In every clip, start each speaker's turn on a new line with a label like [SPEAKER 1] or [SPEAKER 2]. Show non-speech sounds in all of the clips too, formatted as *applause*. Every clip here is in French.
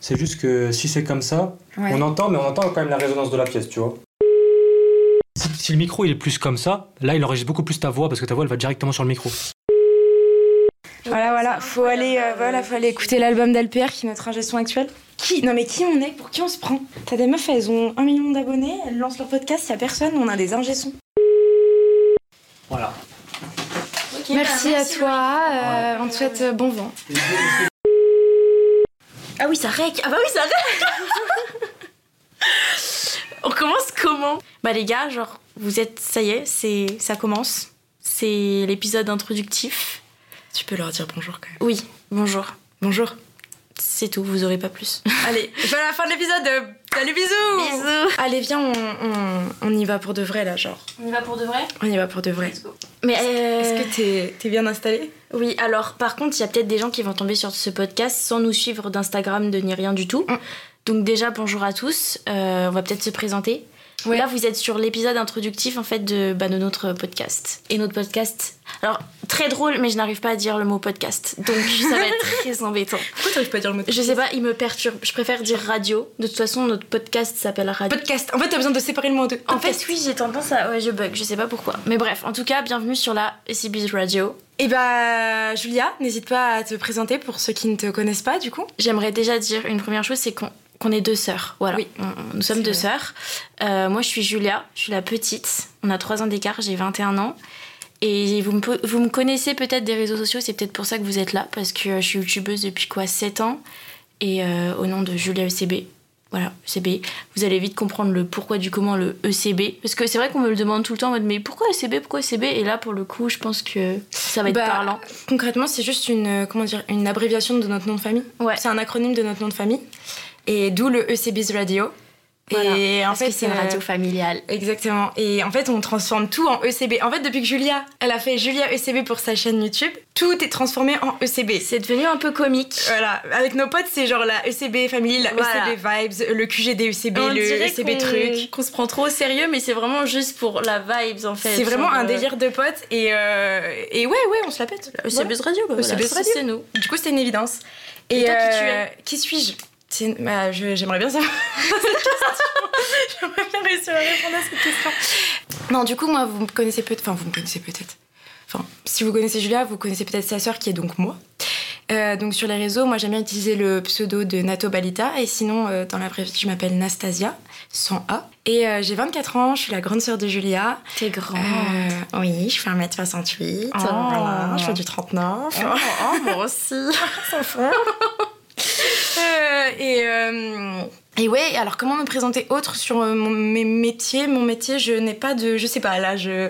[SPEAKER 1] C'est juste que si c'est comme ça,
[SPEAKER 2] Ouais.
[SPEAKER 1] on entend, mais on entend quand même la résonance de la pièce, tu vois. Si, si le micro il est plus comme ça, là il enregistre beaucoup plus ta voix parce que ta voix elle va directement sur le micro.
[SPEAKER 2] Voilà, voilà, faut aller, euh, voilà, faut aller écouter l'album d'Alper qui est notre ingé son actuel. Qui Non mais qui on est Pour qui on se prend T'as des meufs, elles ont un million d'abonnés, elles lancent leur podcast, y a personne, on a des ingé sons.
[SPEAKER 1] Voilà.
[SPEAKER 3] bah,
[SPEAKER 2] bah, merci, à toi, euh, on te souhaite euh, bon vent.
[SPEAKER 3] Ah oui, ça rec. Ah bah oui, ça rec. *laughs* On commence comment Bah les gars, genre vous êtes ça y est, c'est ça commence. C'est l'épisode introductif. Tu peux leur dire bonjour quand même. Oui, bonjour. Bonjour. C'est tout, vous aurez pas plus.
[SPEAKER 2] *laughs* Allez, c'est la fin de l'épisode. euh, Salut, bisous
[SPEAKER 3] Bisous.
[SPEAKER 2] Allez, viens, on, on, on y va pour de vrai là, genre.
[SPEAKER 3] On y va pour de vrai
[SPEAKER 2] On y va pour de vrai.
[SPEAKER 3] Mais euh,
[SPEAKER 2] Est-ce que t'es t'es bien installé
[SPEAKER 3] Oui, alors par contre, il y a peut-être des gens qui vont tomber sur ce podcast sans nous suivre d'Instagram, de ni rien du tout.
[SPEAKER 2] Mm.
[SPEAKER 3] Donc déjà, bonjour à tous. Euh, on va peut-être se présenter.
[SPEAKER 2] Ouais.
[SPEAKER 3] Là, vous êtes sur l'épisode introductif en fait de, bah, de notre podcast. Et notre podcast, alors très drôle, mais je n'arrive pas à dire le mot podcast. Donc
[SPEAKER 2] *laughs*
[SPEAKER 3] ça va être *laughs* très embêtant.
[SPEAKER 2] Pourquoi t'arrives pas à dire le mot
[SPEAKER 3] Je sais pas, il me perturbe. Je préfère dire radio. De toute façon, notre podcast s'appelle Radio.
[SPEAKER 2] *laughs* Podcast. En fait, t'as besoin de séparer le mot en deux.
[SPEAKER 3] En fait, oui, j'ai tendance à... Ouais, je bug, je sais pas pourquoi. Mais bref, en tout cas, bienvenue sur la SCB Radio.
[SPEAKER 2] Et bah, Julia, n'hésite pas à te présenter pour ceux qui ne te connaissent pas, du coup.
[SPEAKER 3] J'aimerais déjà dire une première chose, c'est qu'on qu'on est deux sœurs. Voilà.
[SPEAKER 2] Oui.
[SPEAKER 3] On- on- nous sommes
[SPEAKER 2] C'est
[SPEAKER 3] deux
[SPEAKER 2] vrai.
[SPEAKER 3] sœurs. Euh, moi, je suis Julia, je suis la petite. On a trois ans d'écart, j'ai 21 ans. Et vous me, po- vous me connaissez peut-être des réseaux sociaux, c'est peut-être pour ça que vous êtes là, parce que euh, je suis youtubeuse depuis quoi 7 ans. Et euh, au nom de Julia ECB. Voilà, ECB. Vous allez vite comprendre le pourquoi du comment, le ECB. Parce que c'est vrai qu'on me le demande tout le temps en mode, mais pourquoi ECB Pourquoi ECB Et là, pour le coup, je pense que ça va être
[SPEAKER 2] Bah,
[SPEAKER 3] parlant.
[SPEAKER 2] Concrètement, c'est juste une, euh, comment dire, une abréviation de notre nom de famille.
[SPEAKER 3] Ouais.
[SPEAKER 2] C'est un acronyme de notre nom de famille. Et d'où le E ECB's Radio.
[SPEAKER 3] Voilà.
[SPEAKER 2] Et en
[SPEAKER 3] Parce
[SPEAKER 2] fait,
[SPEAKER 3] que c'est une
[SPEAKER 2] euh,
[SPEAKER 3] radio familiale.
[SPEAKER 2] Exactement. Et en fait, on transforme tout en ECB. En fait, depuis que Julia, elle a fait Julia ECB pour sa chaîne YouTube, tout est transformé en E ECB.
[SPEAKER 3] C'est devenu un peu comique.
[SPEAKER 2] Voilà, avec nos potes, c'est genre la ECB Family, la
[SPEAKER 3] Voilà.
[SPEAKER 2] ECB Vibes, le QGD ECB,
[SPEAKER 3] On
[SPEAKER 2] E le
[SPEAKER 3] dirait
[SPEAKER 2] ECB
[SPEAKER 3] qu'on-
[SPEAKER 2] Truc.
[SPEAKER 3] Qu'on se prend trop au sérieux, mais c'est vraiment juste pour la vibes en fait.
[SPEAKER 2] C'est vraiment
[SPEAKER 3] Genre,
[SPEAKER 2] un
[SPEAKER 3] euh,
[SPEAKER 2] délire de potes et, euh, et ouais, ouais, on se la pète.
[SPEAKER 3] C'est
[SPEAKER 2] Voilà.
[SPEAKER 3] Buzz Radio, bah,
[SPEAKER 2] C'est
[SPEAKER 3] voilà,
[SPEAKER 2] Buzz
[SPEAKER 3] ça,
[SPEAKER 2] Radio.
[SPEAKER 3] C'est nous.
[SPEAKER 2] Du coup, c'était une évidence.
[SPEAKER 3] Et toi, qui tu
[SPEAKER 2] euh, qui suis-je C'est- bah, je- J'aimerais bien savoir *laughs* cette question. *laughs* J'aimerais bien réussir à répondre à cette question. Non, du coup, moi, vous me connaissez peut-être. Enfin, vous me connaissez peut-être. Enfin, si vous connaissez Julia, vous connaissez peut-être sa sœur qui est donc moi. Euh, donc sur les réseaux, moi j'aime bien utiliser le pseudo de Nato Balita et sinon euh, dans la vraie vie je m'appelle Nastasia, sans A. Et euh, j'ai 24 ans, je suis la grande sœur de Julia.
[SPEAKER 3] T'es grand.
[SPEAKER 2] Euh, oui, je fais 1m68.
[SPEAKER 3] Oh.
[SPEAKER 2] voilà, je fais du 39. oh, *laughs*
[SPEAKER 3] moi aussi.
[SPEAKER 2] Euh, et, euh, et ouais, alors comment me présenter autre sur euh, mon- mes métiers Mon métier, je n'ai pas de. Je sais pas, là, je.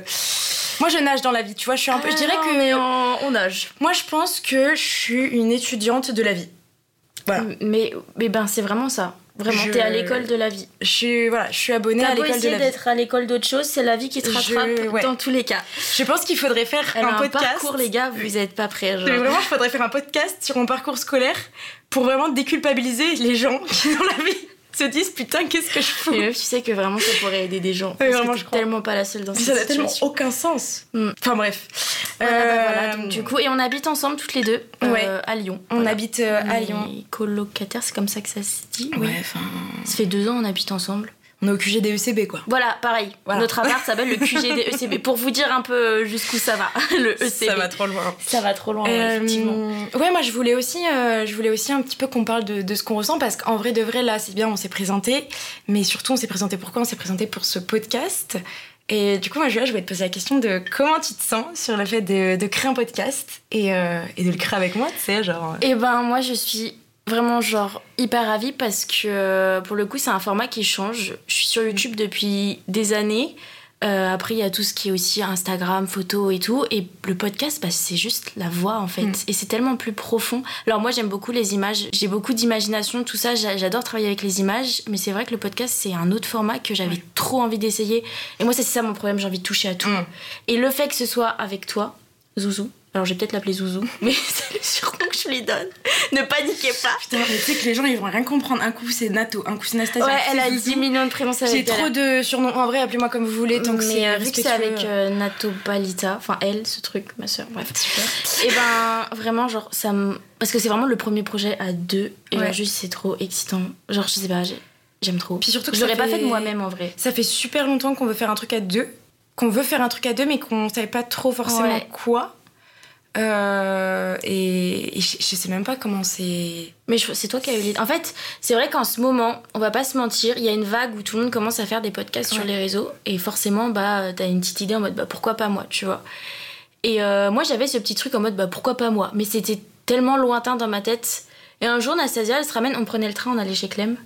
[SPEAKER 2] Moi, je nage dans la vie, tu vois. Je suis un peu. je dirais que.
[SPEAKER 3] on nage.
[SPEAKER 2] Moi, je pense que je suis une étudiante de la vie. Voilà.
[SPEAKER 3] Mais, mais ben, c'est vraiment ça. Vraiment,
[SPEAKER 2] Ah. Je-
[SPEAKER 3] t'es à l'école de la vie.
[SPEAKER 2] Je suis, voilà, je suis abonnée
[SPEAKER 3] T'as
[SPEAKER 2] à
[SPEAKER 3] beau
[SPEAKER 2] l'école de
[SPEAKER 3] essayer
[SPEAKER 2] la vie.
[SPEAKER 3] d'être à l'école d'autre chose, c'est la vie qui te
[SPEAKER 2] Je-
[SPEAKER 3] rattrape
[SPEAKER 2] ouais.
[SPEAKER 3] dans tous les cas.
[SPEAKER 2] Je pense qu'il faudrait faire
[SPEAKER 3] Elle
[SPEAKER 2] un
[SPEAKER 3] a un
[SPEAKER 2] podcast.
[SPEAKER 3] parcours, les gars, vous êtes pas prêts. genre.
[SPEAKER 2] Mais vraiment, il faudrait faire un podcast sur mon parcours scolaire pour vraiment déculpabiliser les gens *laughs* qui, dans la vie, se disent putain, qu'est-ce que je fous
[SPEAKER 3] *laughs* Et meuf, tu sais que vraiment ça pourrait aider des gens. parce
[SPEAKER 2] vraiment,
[SPEAKER 3] que
[SPEAKER 2] je
[SPEAKER 3] t'es
[SPEAKER 2] crois.
[SPEAKER 3] tellement pas la seule dans
[SPEAKER 2] Puis
[SPEAKER 3] cette
[SPEAKER 2] ça n'a
[SPEAKER 3] situation.
[SPEAKER 2] tellement aucun sens.
[SPEAKER 3] Mm.
[SPEAKER 2] Enfin bref.
[SPEAKER 3] Voilà, bah, voilà.
[SPEAKER 2] Euh,
[SPEAKER 3] Donc, du coup, et on habite ensemble toutes les deux euh,
[SPEAKER 2] Ouais.
[SPEAKER 3] à Lyon.
[SPEAKER 2] on
[SPEAKER 3] Voilà.
[SPEAKER 2] habite euh, à
[SPEAKER 3] Les
[SPEAKER 2] Lyon.
[SPEAKER 3] colocataires, c'est comme ça que ça se dit.
[SPEAKER 2] Ouais, enfin,
[SPEAKER 3] Ça fait deux ans on habite ensemble.
[SPEAKER 2] on est au QG des ECB E quoi.
[SPEAKER 3] Voilà, pareil.
[SPEAKER 2] Voilà.
[SPEAKER 3] Notre *laughs* appart s'appelle le QG des ECB. Pour vous dire un peu jusqu'où ça va, *laughs* le E ECB.
[SPEAKER 2] Ça va trop loin.
[SPEAKER 3] Ça va trop loin, ouais,
[SPEAKER 2] Euh,
[SPEAKER 3] effectivement.
[SPEAKER 2] ouais, moi je voulais aussi, euh, je voulais aussi un petit peu qu'on parle de, de ce qu'on ressent parce qu'en vrai de vrai là c'est bien, on s'est présenté, mais surtout on s'est présenté pourquoi On s'est présenté pour ce podcast. Et du coup, moi Julia, je voulais te poser la question de comment tu te sens sur le fait de, de créer un podcast et, euh, et de le créer avec moi, tu sais, genre. euh,
[SPEAKER 3] Et ben moi je suis vraiment genre hyper ravie parce que euh, pour le coup c'est un format qui change. Je suis sur YouTube depuis des années. Euh, après il y a tout ce qui est aussi Instagram, photos et tout. Et le podcast bah, c'est juste la voix en fait.
[SPEAKER 2] Mm.
[SPEAKER 3] Et c'est tellement plus profond. Alors moi j'aime beaucoup les images. J'ai beaucoup d'imagination, tout ça. J'a- J'adore travailler avec les images. Mais c'est vrai que le podcast c'est un autre format que j'avais
[SPEAKER 2] Ouais.
[SPEAKER 3] trop envie d'essayer. Et moi c'est ça mon problème, j'ai envie de toucher à tout.
[SPEAKER 2] Mm.
[SPEAKER 3] Et le fait que ce soit avec toi, Zouzou, Alors, je vais peut-être l'appeler Zouzou, *laughs* mais c'est le surnom que je lui donne. ne paniquez pas.
[SPEAKER 2] Putain, mais tu sais que les gens, ils vont rien comprendre. Un coup, c'est Nato, un coup, c'est Anastasia.
[SPEAKER 3] ouais,
[SPEAKER 2] un coup,
[SPEAKER 3] elle
[SPEAKER 2] c'est
[SPEAKER 3] a
[SPEAKER 2] Zouzou.
[SPEAKER 3] 10 millions de prénoms. ça va
[SPEAKER 2] J'ai
[SPEAKER 3] être galère.
[SPEAKER 2] trop de surnoms. En vrai, appelez-moi comme vous voulez, tant que
[SPEAKER 3] Mais
[SPEAKER 2] c'est
[SPEAKER 3] euh, vu que c'est
[SPEAKER 2] respectueux.
[SPEAKER 3] avec euh, Nato Balita, enfin elle, ce truc, ma soeur, bref, et ben vraiment, genre, ça me. Parce que c'est vraiment le premier projet à deux, et
[SPEAKER 2] Ouais.
[SPEAKER 3] genre, juste c'est trop excitant. Genre, je sais pas, j'ai- j'aime trop.
[SPEAKER 2] Puis surtout que
[SPEAKER 3] je l'aurais
[SPEAKER 2] ça
[SPEAKER 3] pas
[SPEAKER 2] fait-
[SPEAKER 3] fait de moi-même en vrai.
[SPEAKER 2] Ça fait super longtemps qu'on veut faire un truc à deux, qu'on veut faire un truc à deux, mais qu'on savait pas trop forcément
[SPEAKER 3] Ouais.
[SPEAKER 2] quoi. Euh, et et je je sais même pas comment c'est.
[SPEAKER 3] Mais je- c'est toi qui as eu l'idée. En fait, c'est vrai qu'en ce moment, on va pas se mentir, il y a une vague où tout le monde commence à faire des podcasts sur
[SPEAKER 2] Ouais.
[SPEAKER 3] les réseaux, et forcément, bah, euh, t'as une petite idée en mode, bah, pourquoi pas moi, tu vois. Et euh, moi, j'avais ce petit truc en mode, bah, pourquoi pas moi. Mais c'était tellement lointain dans ma tête. Et un jour, Nastasia, elle se ramène, on prenait le train, on allait chez Clem.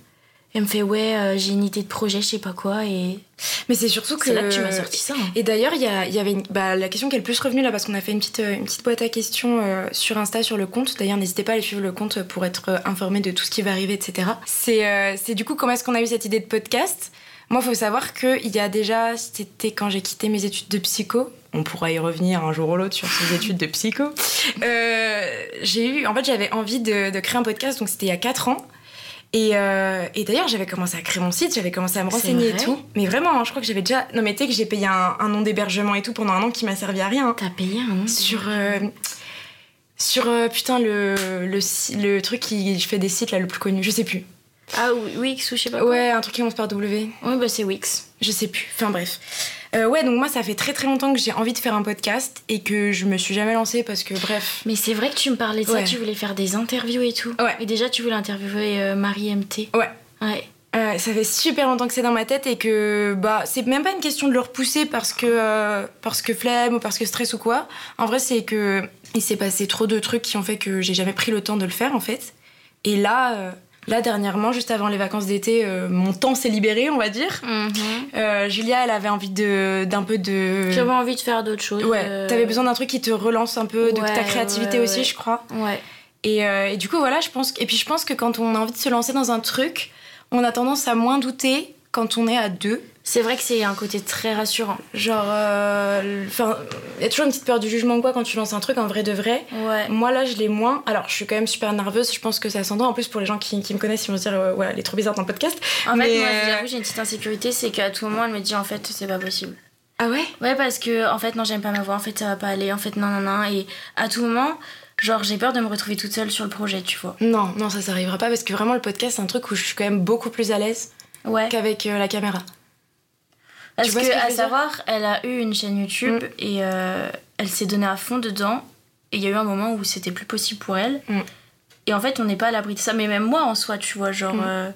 [SPEAKER 3] Elle me fait, ouais, euh, j'ai une idée de projet, je sais pas quoi, et
[SPEAKER 2] Mais c'est surtout que.
[SPEAKER 3] c'est là que tu m'as sorti ça. hein.
[SPEAKER 2] Et d'ailleurs, il y, a- il y avait une- bah, la question qui est le plus revenue là, parce qu'on a fait une petite, euh, une petite boîte à questions euh, sur Insta, sur le compte. D'ailleurs, n'hésitez pas à aller suivre le compte pour être euh, informé de tout ce qui va arriver, etc. C'est euh, c'est du coup comment est-ce qu'on a eu cette idée de podcast. Moi, il faut savoir qu'il y a déjà, c'était quand j'ai quitté mes études de psycho. On pourra y revenir un jour ou l'autre sur ces études de psycho. Euh, j'ai eu, en fait, j'avais envie de, de créer un podcast, donc c'était il y a 4 ans. Et, euh, et d'ailleurs, j'avais commencé à créer mon site, j'avais commencé à me
[SPEAKER 3] C'est
[SPEAKER 2] renseigner et
[SPEAKER 3] vrai
[SPEAKER 2] tout. Mais vraiment, hein, je crois que j'avais déjà. Non, mais tu sais que j'ai payé un, un nom d'hébergement et tout pendant un an qui m'a servi à rien. hein.
[SPEAKER 3] T'as payé un nom
[SPEAKER 2] Sur. euh, sur, euh, putain, le, le, si- le truc qui fait des sites là, le plus connu, je sais plus.
[SPEAKER 3] Ah, oui, Wix ou je sais pas quoi.
[SPEAKER 2] Ouais, un truc qui commence par W.
[SPEAKER 3] Ouais, bah, c'est Wix.
[SPEAKER 2] Je sais plus. Enfin bref. Euh, ouais, donc moi, ça fait très très longtemps que j'ai envie de faire un podcast et que je me suis jamais lancée parce que, bref.
[SPEAKER 3] Mais c'est vrai que tu me parlais de
[SPEAKER 2] Ouais.
[SPEAKER 3] ça, tu voulais faire des interviews et tout.
[SPEAKER 2] Ouais.
[SPEAKER 3] Et déjà, tu voulais interviewer euh, Marie MT.
[SPEAKER 2] Ouais.
[SPEAKER 3] Ouais.
[SPEAKER 2] Euh, ça fait super longtemps que c'est dans ma tête et que bah c'est même pas une question de le repousser parce que euh, parce que flemme ou parce que stress ou quoi. En vrai, c'est que il s'est passé trop de trucs qui ont fait que j'ai jamais pris le temps de le faire en fait. Et là, euh, là dernièrement, juste avant les vacances d'été, euh, mon temps s'est libéré, on va dire.
[SPEAKER 3] Mm-hmm.
[SPEAKER 2] Euh, Julia, elle avait envie de d'un peu de
[SPEAKER 3] J'avais envie de faire d'autres choses.
[SPEAKER 2] Ouais,
[SPEAKER 3] euh,
[SPEAKER 2] t'avais besoin d'un truc qui te relance un peu, de
[SPEAKER 3] ouais,
[SPEAKER 2] ta créativité
[SPEAKER 3] ouais,
[SPEAKER 2] aussi,
[SPEAKER 3] ouais.
[SPEAKER 2] je crois.
[SPEAKER 3] Ouais.
[SPEAKER 2] Et, euh, et du coup, voilà, je pense. que- Et puis, je pense que quand on a envie de se lancer dans un truc, on a tendance à moins douter quand on est à deux.
[SPEAKER 3] C'est vrai que c'est un côté très rassurant.
[SPEAKER 2] Genre, euh, enfin, il y a toujours une petite peur du jugement ou quoi quand tu lances un truc en vrai de vrai.
[SPEAKER 3] Ouais.
[SPEAKER 2] Moi, là, je l'ai moins. Alors, je suis quand même super nerveuse, je pense que ça s'entend. En plus, pour les gens qui, qui me connaissent, ils vont se dire, euh, ouais, elle est trop bizarre dans le podcast.
[SPEAKER 3] En
[SPEAKER 2] Mais,
[SPEAKER 3] fait, moi,
[SPEAKER 2] euh,
[SPEAKER 3] je j'avoue, j'ai une petite insécurité, c'est qu'à tout moment, elle me dit en fait, c'est pas possible.
[SPEAKER 2] Ah ouais
[SPEAKER 3] Ouais, parce que en fait, non, j'aime pas ma voix, en fait, ça va pas aller, en fait, non, non, non. Et à tout moment, genre, j'ai peur de me retrouver toute seule sur le projet, tu vois.
[SPEAKER 2] Non, non, ça, ça arrivera pas parce que vraiment, le podcast, c'est un truc où je suis quand même beaucoup plus à l'aise
[SPEAKER 3] Ouais.
[SPEAKER 2] qu'avec euh, la caméra.
[SPEAKER 3] Parce
[SPEAKER 2] Tu
[SPEAKER 3] que,
[SPEAKER 2] vois ce que je
[SPEAKER 3] à
[SPEAKER 2] veux dire
[SPEAKER 3] savoir, elle a eu une chaîne YouTube
[SPEAKER 2] Mm.
[SPEAKER 3] et euh, elle s'est donnée à fond dedans. Et il y a eu un moment où c'était plus possible pour elle.
[SPEAKER 2] Mm.
[SPEAKER 3] Et en fait, on n'est pas à l'abri de ça. Mais même moi, en soi, tu vois, genre.
[SPEAKER 2] Mm.
[SPEAKER 3] euh,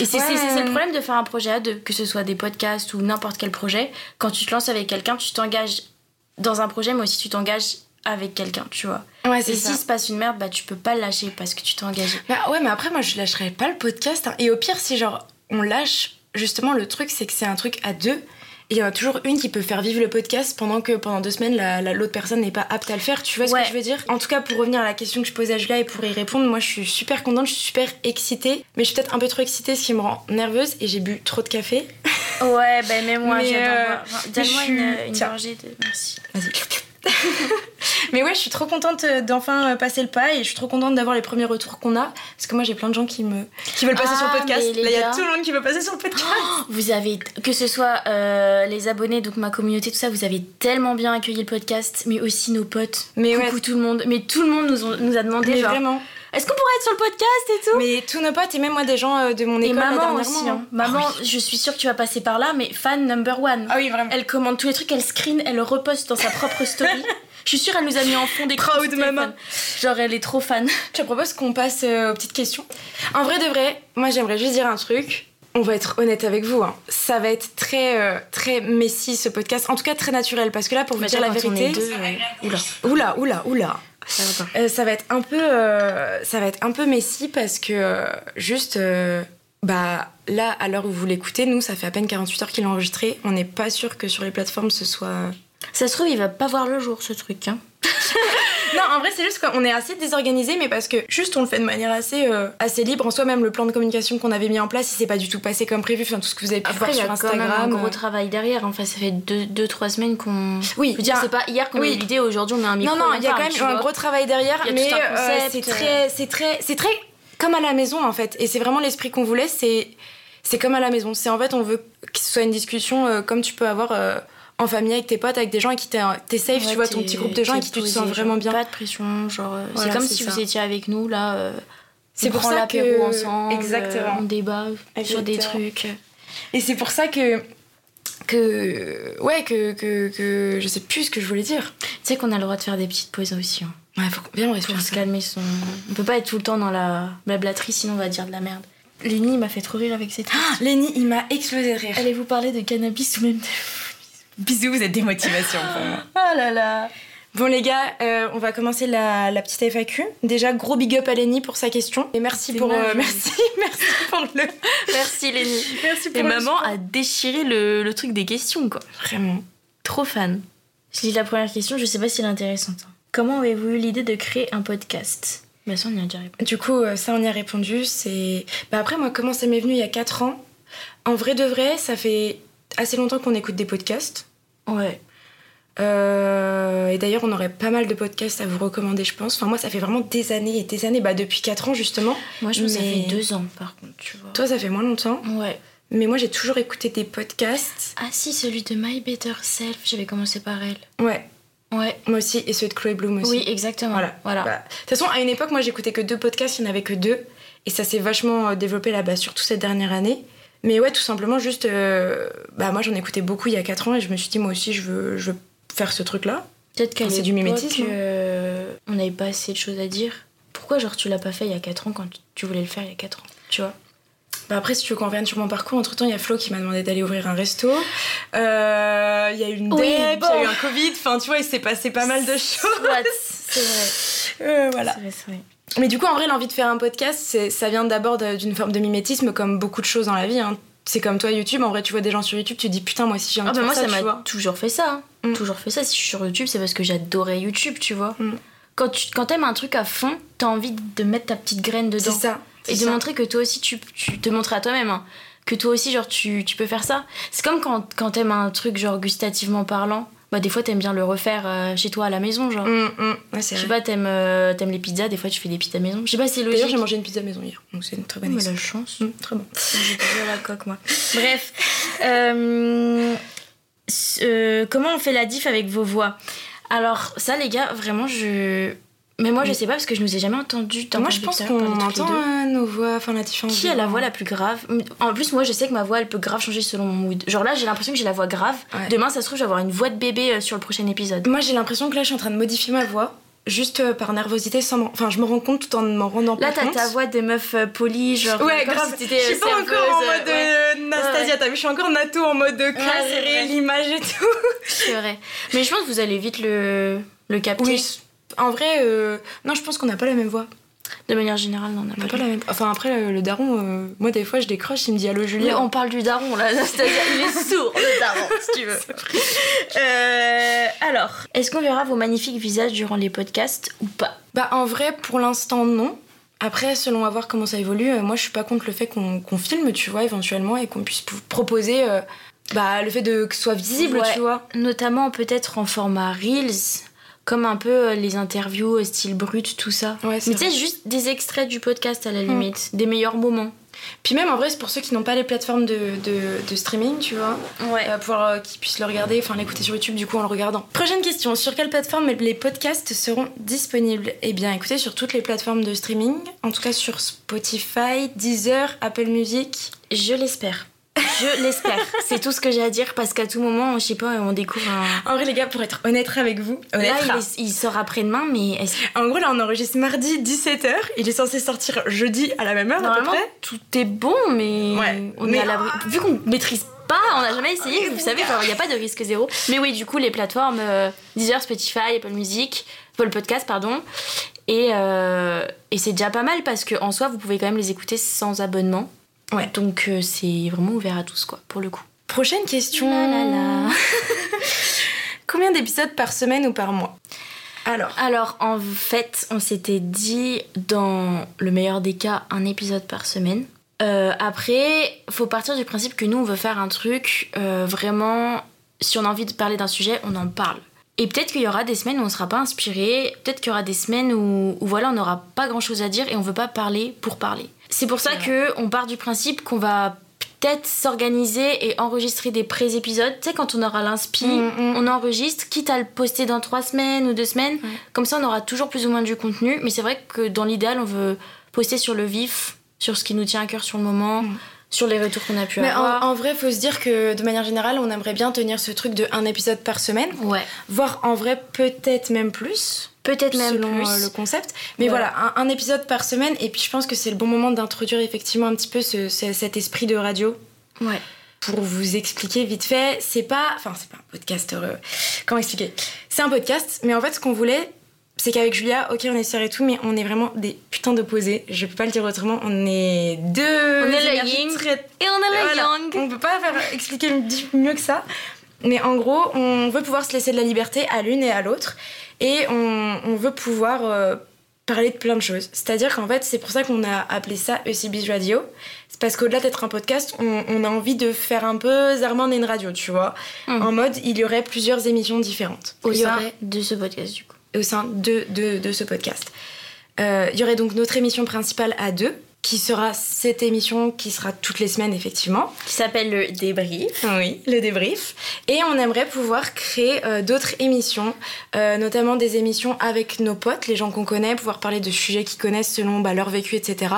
[SPEAKER 3] Et c'est
[SPEAKER 2] Ouais.
[SPEAKER 3] c'est- c'est le problème de faire un projet à deux, que ce soit des podcasts ou n'importe quel projet. Quand tu te lances avec quelqu'un, tu t'engages dans un projet, mais aussi tu t'engages avec quelqu'un, tu vois.
[SPEAKER 2] Ouais,
[SPEAKER 3] Et
[SPEAKER 2] c'est
[SPEAKER 3] s'il
[SPEAKER 2] ça.
[SPEAKER 3] se passe une merde, bah tu peux pas le lâcher parce que tu t'es engagé.
[SPEAKER 2] Bah ouais, mais après, moi, je lâcherais pas le podcast. hein. Et au pire, si genre on lâche, justement, le truc, c'est que c'est un truc à deux. Et il y en a toujours une qui peut faire vivre le podcast pendant que pendant deux semaines, la- la- l'autre personne n'est pas apte à le faire. Tu vois ce
[SPEAKER 3] Ouais.
[SPEAKER 2] que je veux dire En tout cas, pour revenir à la question que je posais à Julia et pour y répondre, moi, je suis super contente, je suis super excitée. Mais je suis peut-être un peu trop excitée, ce qui me rend nerveuse. Et j'ai bu trop de café.
[SPEAKER 3] Ouais, bah même
[SPEAKER 2] ben, moi,
[SPEAKER 3] moi,
[SPEAKER 2] j'adore boire.
[SPEAKER 3] j'adore.
[SPEAKER 2] donne-moi
[SPEAKER 3] Donne-moi
[SPEAKER 2] une-
[SPEAKER 3] une,
[SPEAKER 2] une
[SPEAKER 3] gorgée de. Merci.
[SPEAKER 2] Vas-y. *laughs* Mais ouais, je suis trop contente euh, d'enfin euh, passer le pas et je suis trop contente d'avoir les premiers retours qu'on a. Parce que moi, j'ai plein de gens qui me qui veulent passer
[SPEAKER 3] Ah,
[SPEAKER 2] sur le podcast.
[SPEAKER 3] mais les
[SPEAKER 2] Là, il y a
[SPEAKER 3] gars.
[SPEAKER 2] tout le monde qui veut passer sur le podcast.
[SPEAKER 3] Vous avez, que ce soit euh, les abonnés, donc ma communauté, tout ça, vous avez tellement bien accueilli le podcast, mais aussi nos potes.
[SPEAKER 2] Mais
[SPEAKER 3] Coucou tout le monde. Mais tout le monde nous, ont- nous a demandé,
[SPEAKER 2] Mais
[SPEAKER 3] genre,
[SPEAKER 2] vraiment.
[SPEAKER 3] est-ce qu'on pourrait être sur le podcast et tout
[SPEAKER 2] Mais tous nos potes et même moi des gens euh, de mon école
[SPEAKER 3] Et
[SPEAKER 2] là,
[SPEAKER 3] maman
[SPEAKER 2] dernièrement.
[SPEAKER 3] aussi. hein. Maman, je suis sûre que tu vas passer par là, mais fan number one.
[SPEAKER 2] Ah oui, vraiment.
[SPEAKER 3] Elle commande tous les trucs, elle screen, elle le reposte dans sa propre
[SPEAKER 2] *laughs*
[SPEAKER 3] story. Je suis sûre, elle nous a mis en fond des
[SPEAKER 2] Proud
[SPEAKER 3] coups de téléphone.
[SPEAKER 2] maman.
[SPEAKER 3] Genre, elle est trop fan.
[SPEAKER 2] Je te propose qu'on passe euh, aux petites questions. En vrai de vrai, moi j'aimerais juste dire un truc. On va être honnête avec vous. hein. Ça va être très euh, très messy ce podcast. En tout cas très naturel parce que là pour vous
[SPEAKER 3] Mais
[SPEAKER 2] dire la
[SPEAKER 3] quand on est
[SPEAKER 2] vérité.
[SPEAKER 3] deux, euh,
[SPEAKER 2] Oula
[SPEAKER 3] Oula,
[SPEAKER 2] oula oula.
[SPEAKER 3] ça va pas.
[SPEAKER 2] Euh, ça va être un peu euh, ça va être un peu messy parce que euh, juste euh, bah là à l'heure où vous l'écoutez nous ça fait à peine 48 heures qu'il est enregistré on n'est pas sûr que sur les plateformes ce soit
[SPEAKER 3] Ça se trouve, il va pas voir le jour, ce truc. hein.
[SPEAKER 2] non, en vrai, c'est juste qu'on est assez désorganisé, mais parce que juste on le fait de manière assez, euh, assez libre. En soi, même le plan de communication qu'on avait mis en place, il s'est pas du tout passé comme prévu. Enfin, tout ce que vous avez pu
[SPEAKER 3] Après,
[SPEAKER 2] voir
[SPEAKER 3] il y
[SPEAKER 2] sur
[SPEAKER 3] a quand même
[SPEAKER 2] Instagram.
[SPEAKER 3] un
[SPEAKER 2] euh,
[SPEAKER 3] gros travail derrière. Enfin, ça fait 2-3 deux, deux, trois semaines qu'on.
[SPEAKER 2] Oui,
[SPEAKER 3] Je veux dire,
[SPEAKER 2] bien-
[SPEAKER 3] c'est pas hier qu'on a
[SPEAKER 2] oui.
[SPEAKER 3] eu l'idée, aujourd'hui on a un micro.
[SPEAKER 2] Non, non,
[SPEAKER 3] on en
[SPEAKER 2] il y a
[SPEAKER 3] parle,
[SPEAKER 2] quand même
[SPEAKER 3] tu
[SPEAKER 2] eu un
[SPEAKER 3] vois.
[SPEAKER 2] gros travail derrière,
[SPEAKER 3] Il y a
[SPEAKER 2] mais
[SPEAKER 3] tout un
[SPEAKER 2] euh,
[SPEAKER 3] concept,
[SPEAKER 2] c'est
[SPEAKER 3] euh.
[SPEAKER 2] très, c'est très, c'est très comme à la maison en fait. Et c'est vraiment l'esprit qu'on voulait, c'est c'est comme à la maison. C'est en fait, on veut que ce soit une discussion euh, comme tu peux avoir euh, en famille avec tes potes, avec des gens avec qui t'es t'es safe,
[SPEAKER 3] Ouais,
[SPEAKER 2] tu vois,
[SPEAKER 3] t'es-
[SPEAKER 2] ton petit groupe de gens
[SPEAKER 3] t'es
[SPEAKER 2] avec qui tu te
[SPEAKER 3] posé,
[SPEAKER 2] sens
[SPEAKER 3] genre,
[SPEAKER 2] vraiment bien.
[SPEAKER 3] Pas de pression, genre. euh,
[SPEAKER 2] Voilà,
[SPEAKER 3] c'est comme
[SPEAKER 2] c'est
[SPEAKER 3] si
[SPEAKER 2] ça.
[SPEAKER 3] vous étiez avec nous là. euh,
[SPEAKER 2] C'est
[SPEAKER 3] on
[SPEAKER 2] pour
[SPEAKER 3] prend
[SPEAKER 2] ça
[SPEAKER 3] l'apéro
[SPEAKER 2] que-
[SPEAKER 3] ensemble. euh,
[SPEAKER 2] Exactement.
[SPEAKER 3] On débat sur des
[SPEAKER 2] Exactement.
[SPEAKER 3] trucs.
[SPEAKER 2] Et c'est pour ça que que ouais que, que que je sais plus ce que je voulais dire.
[SPEAKER 3] Tu sais qu'on a le droit de faire des petites pauses aussi. hein,
[SPEAKER 2] Ouais, faut bien on respire.
[SPEAKER 3] pour se calmer son. On peut pas être tout le temps dans la blablaterie, sinon on va dire de la merde. Lenny m'a fait trop rire avec
[SPEAKER 2] Ah.
[SPEAKER 3] ses trucs.
[SPEAKER 2] Lenny, il m'a explosé de rire.
[SPEAKER 3] Allez-vous parler de cannabis ou même de.
[SPEAKER 2] Bisous, vous êtes des motivations pour *laughs* moi.
[SPEAKER 3] Ah là là
[SPEAKER 2] Bon les gars, euh, on va commencer la, la petite FAQ. Déjà gros big up à Lenny pour sa question et merci
[SPEAKER 3] C'est
[SPEAKER 2] pour
[SPEAKER 3] mal,
[SPEAKER 2] euh,
[SPEAKER 3] je-
[SPEAKER 2] merci *laughs* merci pour le
[SPEAKER 3] Merci Lenny.
[SPEAKER 2] merci
[SPEAKER 3] *laughs* Et maman a déchiré le, le truc des questions, quoi.
[SPEAKER 2] vraiment.
[SPEAKER 3] Trop fan. Je lis la première question, je sais pas si elle est intéressante. Comment avez-vous eu l'idée de créer un podcast Bah ça, on y a déjà répondu.
[SPEAKER 2] Du coup euh, ça on y a répondu, c'est bah après moi comment ça m'est venu il y a 4 ans. En vrai de vrai, ça fait assez longtemps qu'on écoute des podcasts.
[SPEAKER 3] Ouais.
[SPEAKER 2] Euh, et d'ailleurs, on aurait pas mal de podcasts à vous recommander, je pense. Enfin, moi, ça fait vraiment des années et des années, bah, depuis 4 ans justement.
[SPEAKER 3] Moi, je pense que ça
[SPEAKER 2] Mais-
[SPEAKER 3] fait deux ans, par contre, tu vois.
[SPEAKER 2] Toi, ça fait moins longtemps.
[SPEAKER 3] Ouais.
[SPEAKER 2] Mais moi, j'ai toujours écouté des podcasts.
[SPEAKER 3] Ah si, celui de My Better Self, j'avais commencé par elle.
[SPEAKER 2] Ouais,
[SPEAKER 3] Ouais.
[SPEAKER 2] moi aussi, et ceux de Chloé Bloom aussi.
[SPEAKER 3] Oui, exactement.
[SPEAKER 2] Voilà.
[SPEAKER 3] voilà.
[SPEAKER 2] Bah, De toute façon, à une époque, moi, j'écoutais que deux podcasts, il n'y en avait que deux. Et ça s'est vachement euh, développé là-bas, surtout cette dernière année. Mais ouais, tout simplement, juste. euh, bah, moi, j'en écoutais beaucoup il y a 4 ans et je me suis dit, moi aussi, je veux, je veux faire ce truc-là.
[SPEAKER 3] Peut-être qu'à
[SPEAKER 2] C'est du
[SPEAKER 3] l'époque,
[SPEAKER 2] mimétisme, hein.
[SPEAKER 3] euh, on n'avait pas assez de choses à dire. Pourquoi, genre, tu l'as pas fait il y a 4 ans quand tu voulais le faire il y a 4 ans Tu vois
[SPEAKER 2] Bah, après, si tu veux qu'on revienne sur mon parcours, entre temps, il y a Flo qui m'a demandé d'aller ouvrir un resto. Euh, Il y a eu une
[SPEAKER 3] Oui,
[SPEAKER 2] dép, il y a
[SPEAKER 3] bon.
[SPEAKER 2] eu un Covid. Enfin, tu vois, il s'est passé pas mal de choses. *laughs*
[SPEAKER 3] What C'est vrai.
[SPEAKER 2] Euh, voilà.
[SPEAKER 3] C'est vrai, c'est vrai.
[SPEAKER 2] Mais du coup, en vrai, l'envie de faire un podcast, c'est- ça vient d'abord de- d'une forme de mimétisme, comme beaucoup de choses dans la vie. hein. C'est comme toi, YouTube. En vrai, tu vois des gens sur YouTube, tu te dis putain, moi aussi j'ai envie
[SPEAKER 3] Ah
[SPEAKER 2] de
[SPEAKER 3] bah
[SPEAKER 2] faire
[SPEAKER 3] moi ça
[SPEAKER 2] ça, tu
[SPEAKER 3] m'a
[SPEAKER 2] vois.
[SPEAKER 3] toujours fait ça. hein.
[SPEAKER 2] Mm.
[SPEAKER 3] Toujours fait ça. Si je suis sur YouTube, c'est parce que j'adorais YouTube, tu vois.
[SPEAKER 2] Mm.
[SPEAKER 3] Quand tu quand t'aimes un truc à fond, t'as envie de mettre ta petite graine
[SPEAKER 2] C'est
[SPEAKER 3] dedans.
[SPEAKER 2] ça.
[SPEAKER 3] Et
[SPEAKER 2] c'est
[SPEAKER 3] de
[SPEAKER 2] ça.
[SPEAKER 3] montrer que toi aussi, tu, tu te montrer à toi-même. hein, que toi aussi, genre, tu, tu peux faire ça. C'est comme quand, quand t'aimes un truc, genre, gustativement parlant. Bah, des fois, t'aimes bien le refaire euh, chez toi à la maison, genre.
[SPEAKER 2] Hum, hum. Ouais, c'est
[SPEAKER 3] Je sais
[SPEAKER 2] vrai.
[SPEAKER 3] pas, t'aimes euh, t'aimes les pizzas, des fois, tu fais des pizzas maison. Je sais pas, c'est logique.
[SPEAKER 2] D'ailleurs, j'ai mangé une pizza maison hier, donc c'est une très
[SPEAKER 3] Oh,
[SPEAKER 2] bonne
[SPEAKER 3] mais la
[SPEAKER 2] expérience.
[SPEAKER 3] chance.
[SPEAKER 2] Hum, très bon. *laughs*
[SPEAKER 3] J'ai toujours la coque, moi. Bref. Euh, s- euh, comment on fait la diff avec vos voix Alors, ça, les gars, vraiment, je. Mais moi, je sais pas parce que je nous ai jamais entendu.
[SPEAKER 2] Moi, je pense qu'on entend euh, nos voix, enfin la différence.
[SPEAKER 3] Qui
[SPEAKER 2] de-
[SPEAKER 3] a la voix la plus grave En plus, moi, je sais que ma voix, elle peut grave changer selon mon mood. Genre là, j'ai l'impression que j'ai la voix grave.
[SPEAKER 2] Ouais.
[SPEAKER 3] Demain, ça se trouve, je vais avoir une voix de bébé euh, sur le prochain épisode.
[SPEAKER 2] Moi, j'ai l'impression que là, je suis en train de modifier ma voix, juste euh, par nervosité, sans. m'en- Enfin, je me rends compte tout en ne m'en rendant
[SPEAKER 3] Là,
[SPEAKER 2] pas
[SPEAKER 3] t'as
[SPEAKER 2] compte.
[SPEAKER 3] ta voix de meuf euh, polie, genre.
[SPEAKER 2] Ouais,
[SPEAKER 3] comme
[SPEAKER 2] grave.
[SPEAKER 3] si t'étais,
[SPEAKER 2] je suis
[SPEAKER 3] euh,
[SPEAKER 2] pas encore en
[SPEAKER 3] serveuse,
[SPEAKER 2] mode
[SPEAKER 3] ouais.
[SPEAKER 2] euh, Nastasia, t'as vu, je suis encore Nato en mode euh, classe,
[SPEAKER 3] c'est vrai.
[SPEAKER 2] l'image et tout.
[SPEAKER 3] C'est vrai. Mais je pense que vous allez vite le, le capter.
[SPEAKER 2] Oui, en vrai, euh, non, je pense qu'on n'a pas la même voix.
[SPEAKER 3] De manière générale, non, on n'a
[SPEAKER 2] On n'a
[SPEAKER 3] pas
[SPEAKER 2] pas
[SPEAKER 3] le-
[SPEAKER 2] la même. Enfin, après, euh, le daron, euh, moi, des fois, je décroche, il me dit Allô,
[SPEAKER 3] Mais
[SPEAKER 2] Julien.
[SPEAKER 3] on parle du daron là, Anastasia. il est sourd le daron, si tu veux. Euh, alors, est-ce qu'on verra vos magnifiques visages durant les podcasts ou pas
[SPEAKER 2] Bah, en vrai, pour l'instant, non. Après, selon à voir comment ça évolue, euh, moi, je suis pas contre le fait qu'on qu'on filme, tu vois, éventuellement, et qu'on puisse p- proposer euh, bah, le fait de, que ce soit visible,
[SPEAKER 3] Ouais.
[SPEAKER 2] tu vois.
[SPEAKER 3] Notamment peut-être en format Reels, comme un peu euh, les interviews euh, style brut, tout ça.
[SPEAKER 2] Ouais,
[SPEAKER 3] Mais tu sais, juste des extraits du podcast à la limite, des meilleurs moments.
[SPEAKER 2] Puis même, en vrai, c'est pour ceux qui n'ont pas les plateformes de, de- de streaming, tu vois,
[SPEAKER 3] Ouais.
[SPEAKER 2] euh, pour euh, qu'ils puissent le regarder, enfin l'écouter sur YouTube, du coup, en le regardant. Prochaine question sur quelle plateforme les podcasts seront disponibles Eh bien, écoutez, sur toutes les plateformes de streaming, en tout cas sur Spotify, Deezer, Apple Music.
[SPEAKER 3] Je *laughs* l'espère. Je l'espère. C'est tout ce que j'ai à dire parce qu'à tout moment, je sais pas, on découvre un.
[SPEAKER 2] En vrai, les gars, pour être honnête avec vous, honnête,
[SPEAKER 3] Là, il, est- il sort après-demain, mais est-ce
[SPEAKER 2] En gros, là, on enregistre mardi 17h. Il est censé sortir jeudi Ah, à la même heure, à peu
[SPEAKER 3] Normalement,
[SPEAKER 2] près.
[SPEAKER 3] tout est bon, mais
[SPEAKER 2] Ouais,
[SPEAKER 3] on
[SPEAKER 2] mais- oh Ah,
[SPEAKER 3] est à l'abri. Vu qu'on maîtrise pas, on n'a jamais essayé, vous savez, il n'y a pas de risque zéro. Mais oui, du coup, les plateformes euh, Deezer, Spotify, Apple Music, Apple Podcast, pardon. Et, euh, et c'est déjà pas mal parce que en soi, vous pouvez quand même les écouter sans abonnement.
[SPEAKER 2] Ouais.
[SPEAKER 3] Donc euh, c'est vraiment ouvert à tous, quoi, pour le coup.
[SPEAKER 2] Prochaine question. Combien d'épisodes par semaine ou par mois Alors,
[SPEAKER 3] Alors, en fait, on s'était dit, dans le meilleur des cas, un épisode par semaine. Euh, après, faut partir du principe que nous, on veut faire un truc euh, vraiment. Si on a envie de parler d'un sujet, on en parle. Et peut-être qu'il y aura des semaines où on ne sera pas inspiré, peut-être qu'il y aura des semaines où, où voilà, on n'aura pas grand-chose à dire et on ne veut pas parler pour parler. C'est pour ça que on part du principe qu'on va peut-être s'organiser et enregistrer des pré-épisodes. Tu sais, quand on aura l'inspi,
[SPEAKER 2] Mm, mm.
[SPEAKER 3] on enregistre, quitte à le poster dans trois semaines ou deux semaines. Comme ça, on aura toujours plus ou moins du contenu. Mais c'est vrai que dans l'idéal, on veut poster sur le vif, sur ce qui nous tient à cœur sur le moment,
[SPEAKER 2] Mm.
[SPEAKER 3] sur les retours qu'on a pu
[SPEAKER 2] mais en,
[SPEAKER 3] avoir.
[SPEAKER 2] en vrai, faut se dire que de manière générale, on aimerait bien tenir ce truc de un épisode par semaine,
[SPEAKER 3] Ouais.
[SPEAKER 2] voire en vrai peut-être même plus,
[SPEAKER 3] Peut-être même
[SPEAKER 2] selon
[SPEAKER 3] plus.
[SPEAKER 2] euh, le concept. Mais
[SPEAKER 3] Ouais.
[SPEAKER 2] voilà, un, un épisode par semaine, et puis je pense que c'est le bon moment d'introduire effectivement un petit peu ce- ce- cet esprit de radio.
[SPEAKER 3] Ouais.
[SPEAKER 2] Pour vous expliquer vite fait, c'est pas, enfin c'est pas un podcast heureux. Comment expliquer C'est un podcast, mais en fait ce qu'on voulait, c'est qu'avec Julia, ok on est sœurs et tout, mais on est vraiment des putains d'opposés. Je peux pas le dire autrement, on est deux.
[SPEAKER 3] On est la
[SPEAKER 2] énergies
[SPEAKER 3] yin.
[SPEAKER 2] très-
[SPEAKER 3] Et on a la
[SPEAKER 2] voilà.
[SPEAKER 3] Ah, yang.
[SPEAKER 2] On peut pas faire expliquer mieux que ça. Mais en gros, on veut pouvoir se laisser de la liberté à l'une et à l'autre. Et on, on veut pouvoir euh, parler de plein de choses. C'est-à-dire qu'en fait, c'est pour ça qu'on a appelé ça ECB's Radio. C'est parce qu'au-delà d'être un podcast, on, on a envie de faire un peu Zarman et une radio, tu vois.
[SPEAKER 3] Mhm.
[SPEAKER 2] En mode, il y aurait plusieurs émissions différentes.
[SPEAKER 3] Au
[SPEAKER 2] Au sein-
[SPEAKER 3] sein de ce podcast, du coup.
[SPEAKER 2] au sein de, de, de ce podcast. Euh, Il y aurait donc notre émission principale à deux, qui sera cette émission qui sera toutes les semaines, effectivement.
[SPEAKER 3] Qui s'appelle le débrief.
[SPEAKER 2] Oui, le débrief. Et on aimerait pouvoir créer euh, d'autres émissions, euh, notamment des émissions avec nos potes, les gens qu'on connaît, pouvoir parler de sujets qu'ils connaissent selon bah, leur vécu, etc.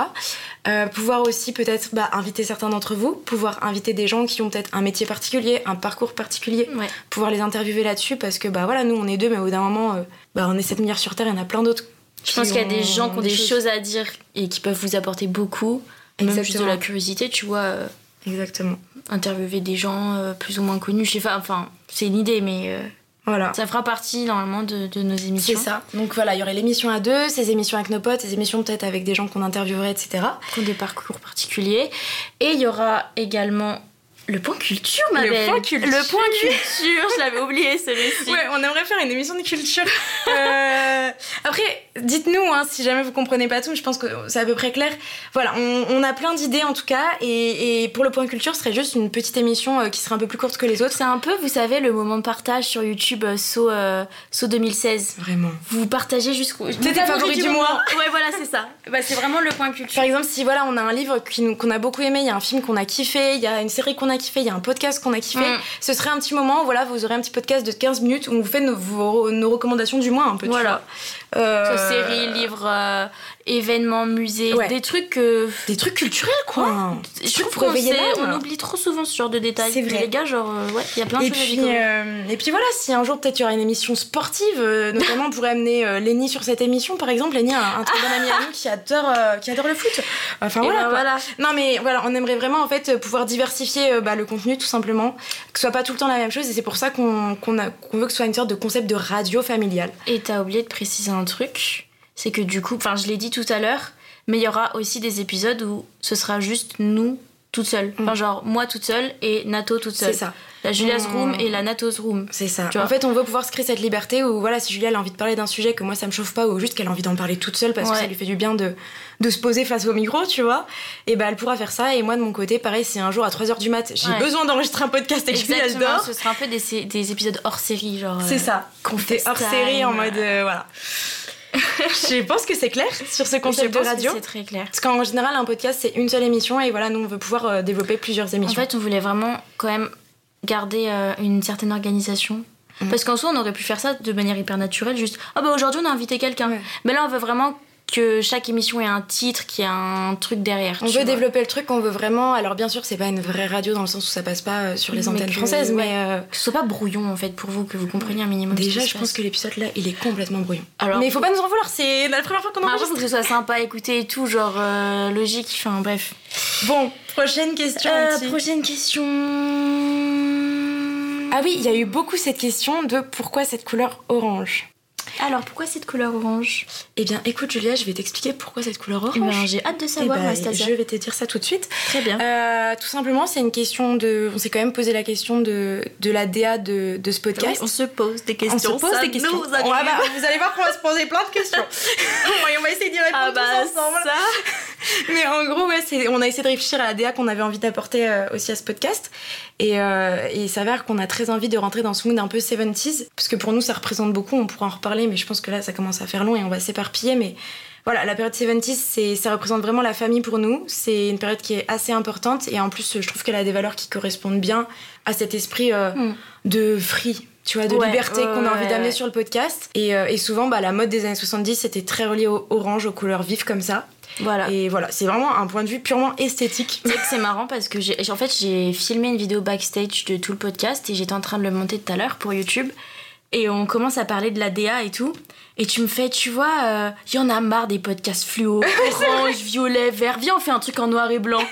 [SPEAKER 2] Euh, pouvoir aussi peut-être bah, inviter certains d'entre vous, pouvoir inviter des gens qui ont peut-être un métier particulier, un parcours particulier,
[SPEAKER 3] Ouais.
[SPEAKER 2] pouvoir les interviewer là-dessus parce que bah voilà, nous on est deux, mais au bout d'un moment, euh, bah, on est 7 milliards sur Terre, il y en a plein d'autres.
[SPEAKER 3] Je pense qu'il y a des gens qui ont des
[SPEAKER 2] choses.
[SPEAKER 3] choses à dire et qui peuvent vous apporter beaucoup. Même juste de
[SPEAKER 2] Exactement.
[SPEAKER 3] la curiosité, tu vois. euh,
[SPEAKER 2] Exactement.
[SPEAKER 3] interviewer des gens euh, plus ou moins connus, je sais pas, enfin, c'est une idée, mais euh,
[SPEAKER 2] Voilà.
[SPEAKER 3] ça fera partie normalement de, de nos
[SPEAKER 2] C'est
[SPEAKER 3] émissions
[SPEAKER 2] ça. Donc voilà, il y aurait l'émission à deux, ces émissions avec nos potes, ces émissions peut-être avec des gens qu'on interviewerait, etc.
[SPEAKER 3] qui ont des parcours particuliers. Et il y aura également le point culture, ma
[SPEAKER 2] Le
[SPEAKER 3] belle.
[SPEAKER 2] point culture.
[SPEAKER 3] Le point culture, je l'avais oublié celui-ci.
[SPEAKER 2] Ouais, on aimerait faire une émission de *laughs* culture. Euh, Après, dites-nous hein, si jamais vous comprenez pas tout. Je pense que c'est à peu près clair. Voilà, on, on a plein d'idées en tout cas. Et, et pour le point culture, ce serait juste une petite émission euh, qui serait un peu plus courte que les autres.
[SPEAKER 3] C'est un peu, vous savez, le moment de partage sur YouTube, euh, saut euh, saut 2016.
[SPEAKER 2] Vraiment.
[SPEAKER 3] Vous partagez jusqu'au.
[SPEAKER 2] tes favoris du mois.
[SPEAKER 3] Ouais, voilà, c'est ça. Bah, c'est vraiment le point culture.
[SPEAKER 2] Par exemple, si voilà, on a un livre qui nous- qu'on a beaucoup aimé, il y a un film qu'on a kiffé, il y a une série qu'on a kiffé, il y a un podcast qu'on a kiffé,
[SPEAKER 3] Mm.
[SPEAKER 2] ce serait un petit moment, voilà, vous aurez un petit podcast de 15 minutes où on vous fait nos, vos- nos recommandations du mois un peu. tu
[SPEAKER 3] Voilà.
[SPEAKER 2] vois. Euh,
[SPEAKER 3] Soit Séries, livres, euh, événements, musées,
[SPEAKER 2] Ouais.
[SPEAKER 3] des trucs que
[SPEAKER 2] Des trucs culturels quoi.
[SPEAKER 3] Je
[SPEAKER 2] Surtout
[SPEAKER 3] trouve
[SPEAKER 2] pour
[SPEAKER 3] qu'on
[SPEAKER 2] réveiller
[SPEAKER 3] sait-
[SPEAKER 2] l'âme.
[SPEAKER 3] on oublie trop souvent ce genre de détails.
[SPEAKER 2] C'est vrai.
[SPEAKER 3] Mais Les gars, genre, euh, ouais, il y a plein de
[SPEAKER 2] Et
[SPEAKER 3] choses à
[SPEAKER 2] puis,
[SPEAKER 3] découvrir.
[SPEAKER 2] euh, et puis voilà, si un jour peut-être il y aura une émission sportive, euh, notamment on pourrait amener euh, Lenny sur cette émission par exemple. Lenny, un, un très bon ami à nous qui adore, euh, qui adore le foot. Enfin
[SPEAKER 3] Et
[SPEAKER 2] euh, voilà.
[SPEAKER 3] ben
[SPEAKER 2] quoi.
[SPEAKER 3] voilà.
[SPEAKER 2] Non mais voilà, on aimerait vraiment en fait euh, pouvoir diversifier euh, bah, le contenu tout simplement, que ce soit pas tout le temps la même chose et c'est pour ça qu'on qu'on a- qu'on veut que ce soit une sorte de concept de radio familiale.
[SPEAKER 3] Et t'as oublié de préciser un truc, c'est que du coup, enfin, je l'ai dit tout à l'heure, mais il y aura aussi des épisodes où ce sera juste nous toutes seules. Enfin, genre, moi toute seule et Nato toute seule.
[SPEAKER 2] Mmh. C'est ça,
[SPEAKER 3] La Julia's
[SPEAKER 2] Mm.
[SPEAKER 3] Room et la Nato's Room.
[SPEAKER 2] c'est ça.
[SPEAKER 3] Tu vois.
[SPEAKER 2] En fait, on veut pouvoir se créer cette liberté où voilà, si Julia elle a envie de parler d'un sujet que moi ça me chauffe pas ou juste qu'elle a envie d'en parler toute seule parce
[SPEAKER 3] Ouais.
[SPEAKER 2] que ça lui fait du bien de, de se poser face au micro, tu vois, et bah elle pourra faire ça et moi de mon côté pareil, si un jour à 3h du mat, j'ai
[SPEAKER 3] Ouais.
[SPEAKER 2] besoin d'enregistrer un podcast et que Julia elle
[SPEAKER 3] Exactement,
[SPEAKER 2] dort,
[SPEAKER 3] ce sera un peu des, sé- des épisodes hors série, genre. euh,
[SPEAKER 2] c'est ça.
[SPEAKER 3] qu'on
[SPEAKER 2] T'es hors série en
[SPEAKER 3] FaceTime.
[SPEAKER 2] mode euh,
[SPEAKER 3] *laughs*
[SPEAKER 2] voilà. Je pense que c'est clair sur ce
[SPEAKER 3] Je
[SPEAKER 2] concept de
[SPEAKER 3] pense que
[SPEAKER 2] radio.
[SPEAKER 3] C'est très clair.
[SPEAKER 2] Parce qu'en général, un podcast, c'est une seule émission et voilà, nous, on veut pouvoir euh, développer plusieurs
[SPEAKER 3] En
[SPEAKER 2] émissions.
[SPEAKER 3] fait, on voulait vraiment quand même garder euh, une certaine organisation.
[SPEAKER 2] Mhm.
[SPEAKER 3] Parce qu'en soi, on aurait pu faire ça de manière hyper naturelle, juste Ah bah aujourd'hui, on a invité quelqu'un.
[SPEAKER 2] Ouais.
[SPEAKER 3] Mais là, on veut vraiment que chaque émission ait un titre, qu'il y ait un truc derrière.
[SPEAKER 2] on
[SPEAKER 3] tu
[SPEAKER 2] veut
[SPEAKER 3] vois.
[SPEAKER 2] développer le truc, on veut vraiment. Alors, bien sûr, c'est pas une vraie radio dans le sens où ça passe pas euh, sur les
[SPEAKER 3] Mais
[SPEAKER 2] antennes
[SPEAKER 3] que-
[SPEAKER 2] françaises,
[SPEAKER 3] ouais.
[SPEAKER 2] mais euh,
[SPEAKER 3] Que ce soit pas brouillon en fait pour vous, que vous compreniez un minimum.
[SPEAKER 2] déjà, je pense que l'épisode là, il est complètement brouillon.
[SPEAKER 3] Alors,
[SPEAKER 2] mais il faut pas nous en vouloir, c'est la première fois qu'on
[SPEAKER 3] Après, faut
[SPEAKER 2] enregistre.
[SPEAKER 3] que ce soit sympa à écouter et tout, genre euh, logique, enfin bref.
[SPEAKER 2] Bon, prochaine question.
[SPEAKER 3] Euh,
[SPEAKER 2] Anty.
[SPEAKER 3] prochaine question.
[SPEAKER 2] Ah oui, il y a eu beaucoup cette question de pourquoi cette couleur orange
[SPEAKER 3] Alors pourquoi cette couleur orange
[SPEAKER 2] Eh bien, écoute, Julia, je vais t'expliquer pourquoi cette couleur orange.
[SPEAKER 3] Eh ben, J'ai hâte de savoir,
[SPEAKER 2] Eh ben,
[SPEAKER 3] Anastasia.
[SPEAKER 2] je vais te dire ça tout de suite.
[SPEAKER 3] Très bien.
[SPEAKER 2] Euh, tout simplement, c'est une question de. On s'est quand même posé la question de, de la DA de, de ce
[SPEAKER 3] Oui,
[SPEAKER 2] podcast.
[SPEAKER 3] on se pose des
[SPEAKER 2] On
[SPEAKER 3] questions.
[SPEAKER 2] se pose
[SPEAKER 3] ça
[SPEAKER 2] des questions.
[SPEAKER 3] nous arrive.
[SPEAKER 2] On va- bah, vous allez voir qu'on va se poser plein de questions. Et on va essayer d'y répondre
[SPEAKER 3] Ah bah
[SPEAKER 2] tous ensemble.
[SPEAKER 3] ça.
[SPEAKER 2] *laughs* Mais en gros, ouais, c'est- on a essayé de réfléchir à la DA qu'on avait envie d'apporter euh, aussi à ce podcast. Et, euh, et il s'avère qu'on a très envie de rentrer dans ce mood un peu 70s. Parce que pour nous, ça représente beaucoup. On pourra en reparler, mais je pense que là, ça commence à faire long et on va s'éparpiller. Mais voilà, la période 70s, c'est- ça représente vraiment la famille pour nous. C'est une période qui est assez importante. Et en plus, je trouve qu'elle a des valeurs qui correspondent bien à cet esprit euh,
[SPEAKER 3] Mm.
[SPEAKER 2] de free. Tu vois, de
[SPEAKER 3] Ouais,
[SPEAKER 2] liberté
[SPEAKER 3] ouais,
[SPEAKER 2] qu'on a envie
[SPEAKER 3] ouais,
[SPEAKER 2] d'amener
[SPEAKER 3] ouais.
[SPEAKER 2] sur le podcast. Et, euh, et souvent, bah, la mode des années 70, c'était très relié au orange, aux couleurs vives comme ça.
[SPEAKER 3] Voilà.
[SPEAKER 2] Et voilà, c'est vraiment un point de vue purement esthétique.
[SPEAKER 3] Tu sais que c'est marrant parce que j'ai, en fait, j'ai filmé une vidéo backstage de tout le podcast et j'étais en train de le monter tout à l'heure pour YouTube. Et on commence à parler de la DA et tout. Et tu me fais, tu vois, euh, il y en a marre des podcasts fluo,
[SPEAKER 2] *laughs*
[SPEAKER 3] orange, violet, vert. Viens, on fait un truc en noir et blanc.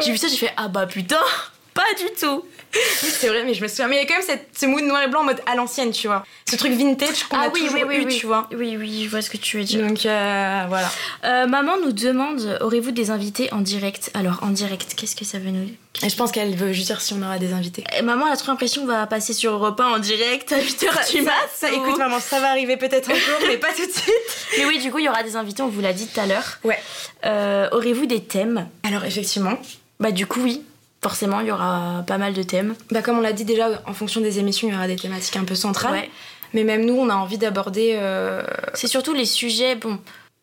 [SPEAKER 3] J'ai vu ça, j'ai fait, ah bah putain, *laughs* pas du tout.
[SPEAKER 2] C'est vrai, mais je me souviens. Mais il y a quand même cette- ce mood noir et blanc en mode à l'ancienne, tu vois. Ce truc vintage qu'on a toujours eu, tu vois.
[SPEAKER 3] Ah Oui, oui, je vois ce que tu veux dire.
[SPEAKER 2] Donc euh, voilà.
[SPEAKER 3] Euh, maman nous demande, aurez-vous des invités en direct Alors, en direct, qu'est-ce que ça veut nous
[SPEAKER 2] Et je pense qu'elle veut juste dire si on aura des invités.
[SPEAKER 3] Eh, Maman, elle a trop l'impression qu'on va passer sur Europe 1 en direct à 8h du
[SPEAKER 2] ça,
[SPEAKER 3] mat.
[SPEAKER 2] ça,
[SPEAKER 3] ou-
[SPEAKER 2] écoute hein. maman, ça va arriver peut-être un jour, mais pas tout de suite.
[SPEAKER 3] Mais oui, du coup, il y aura des invités, on vous l'a dit tout à l'heure.
[SPEAKER 2] Ouais.
[SPEAKER 3] Euh, Aurez-vous des thèmes
[SPEAKER 2] *laughs* Alors effectivement,
[SPEAKER 3] Bah, du coup, oui. Forcément, il y aura pas mal de thèmes.
[SPEAKER 2] bah comme on l'a dit déjà, en fonction des émissions, il y aura des thématiques un peu centrales.
[SPEAKER 3] Ouais.
[SPEAKER 2] Mais même nous, on a envie d'aborder. euh,
[SPEAKER 3] C'est surtout les sujets, bon,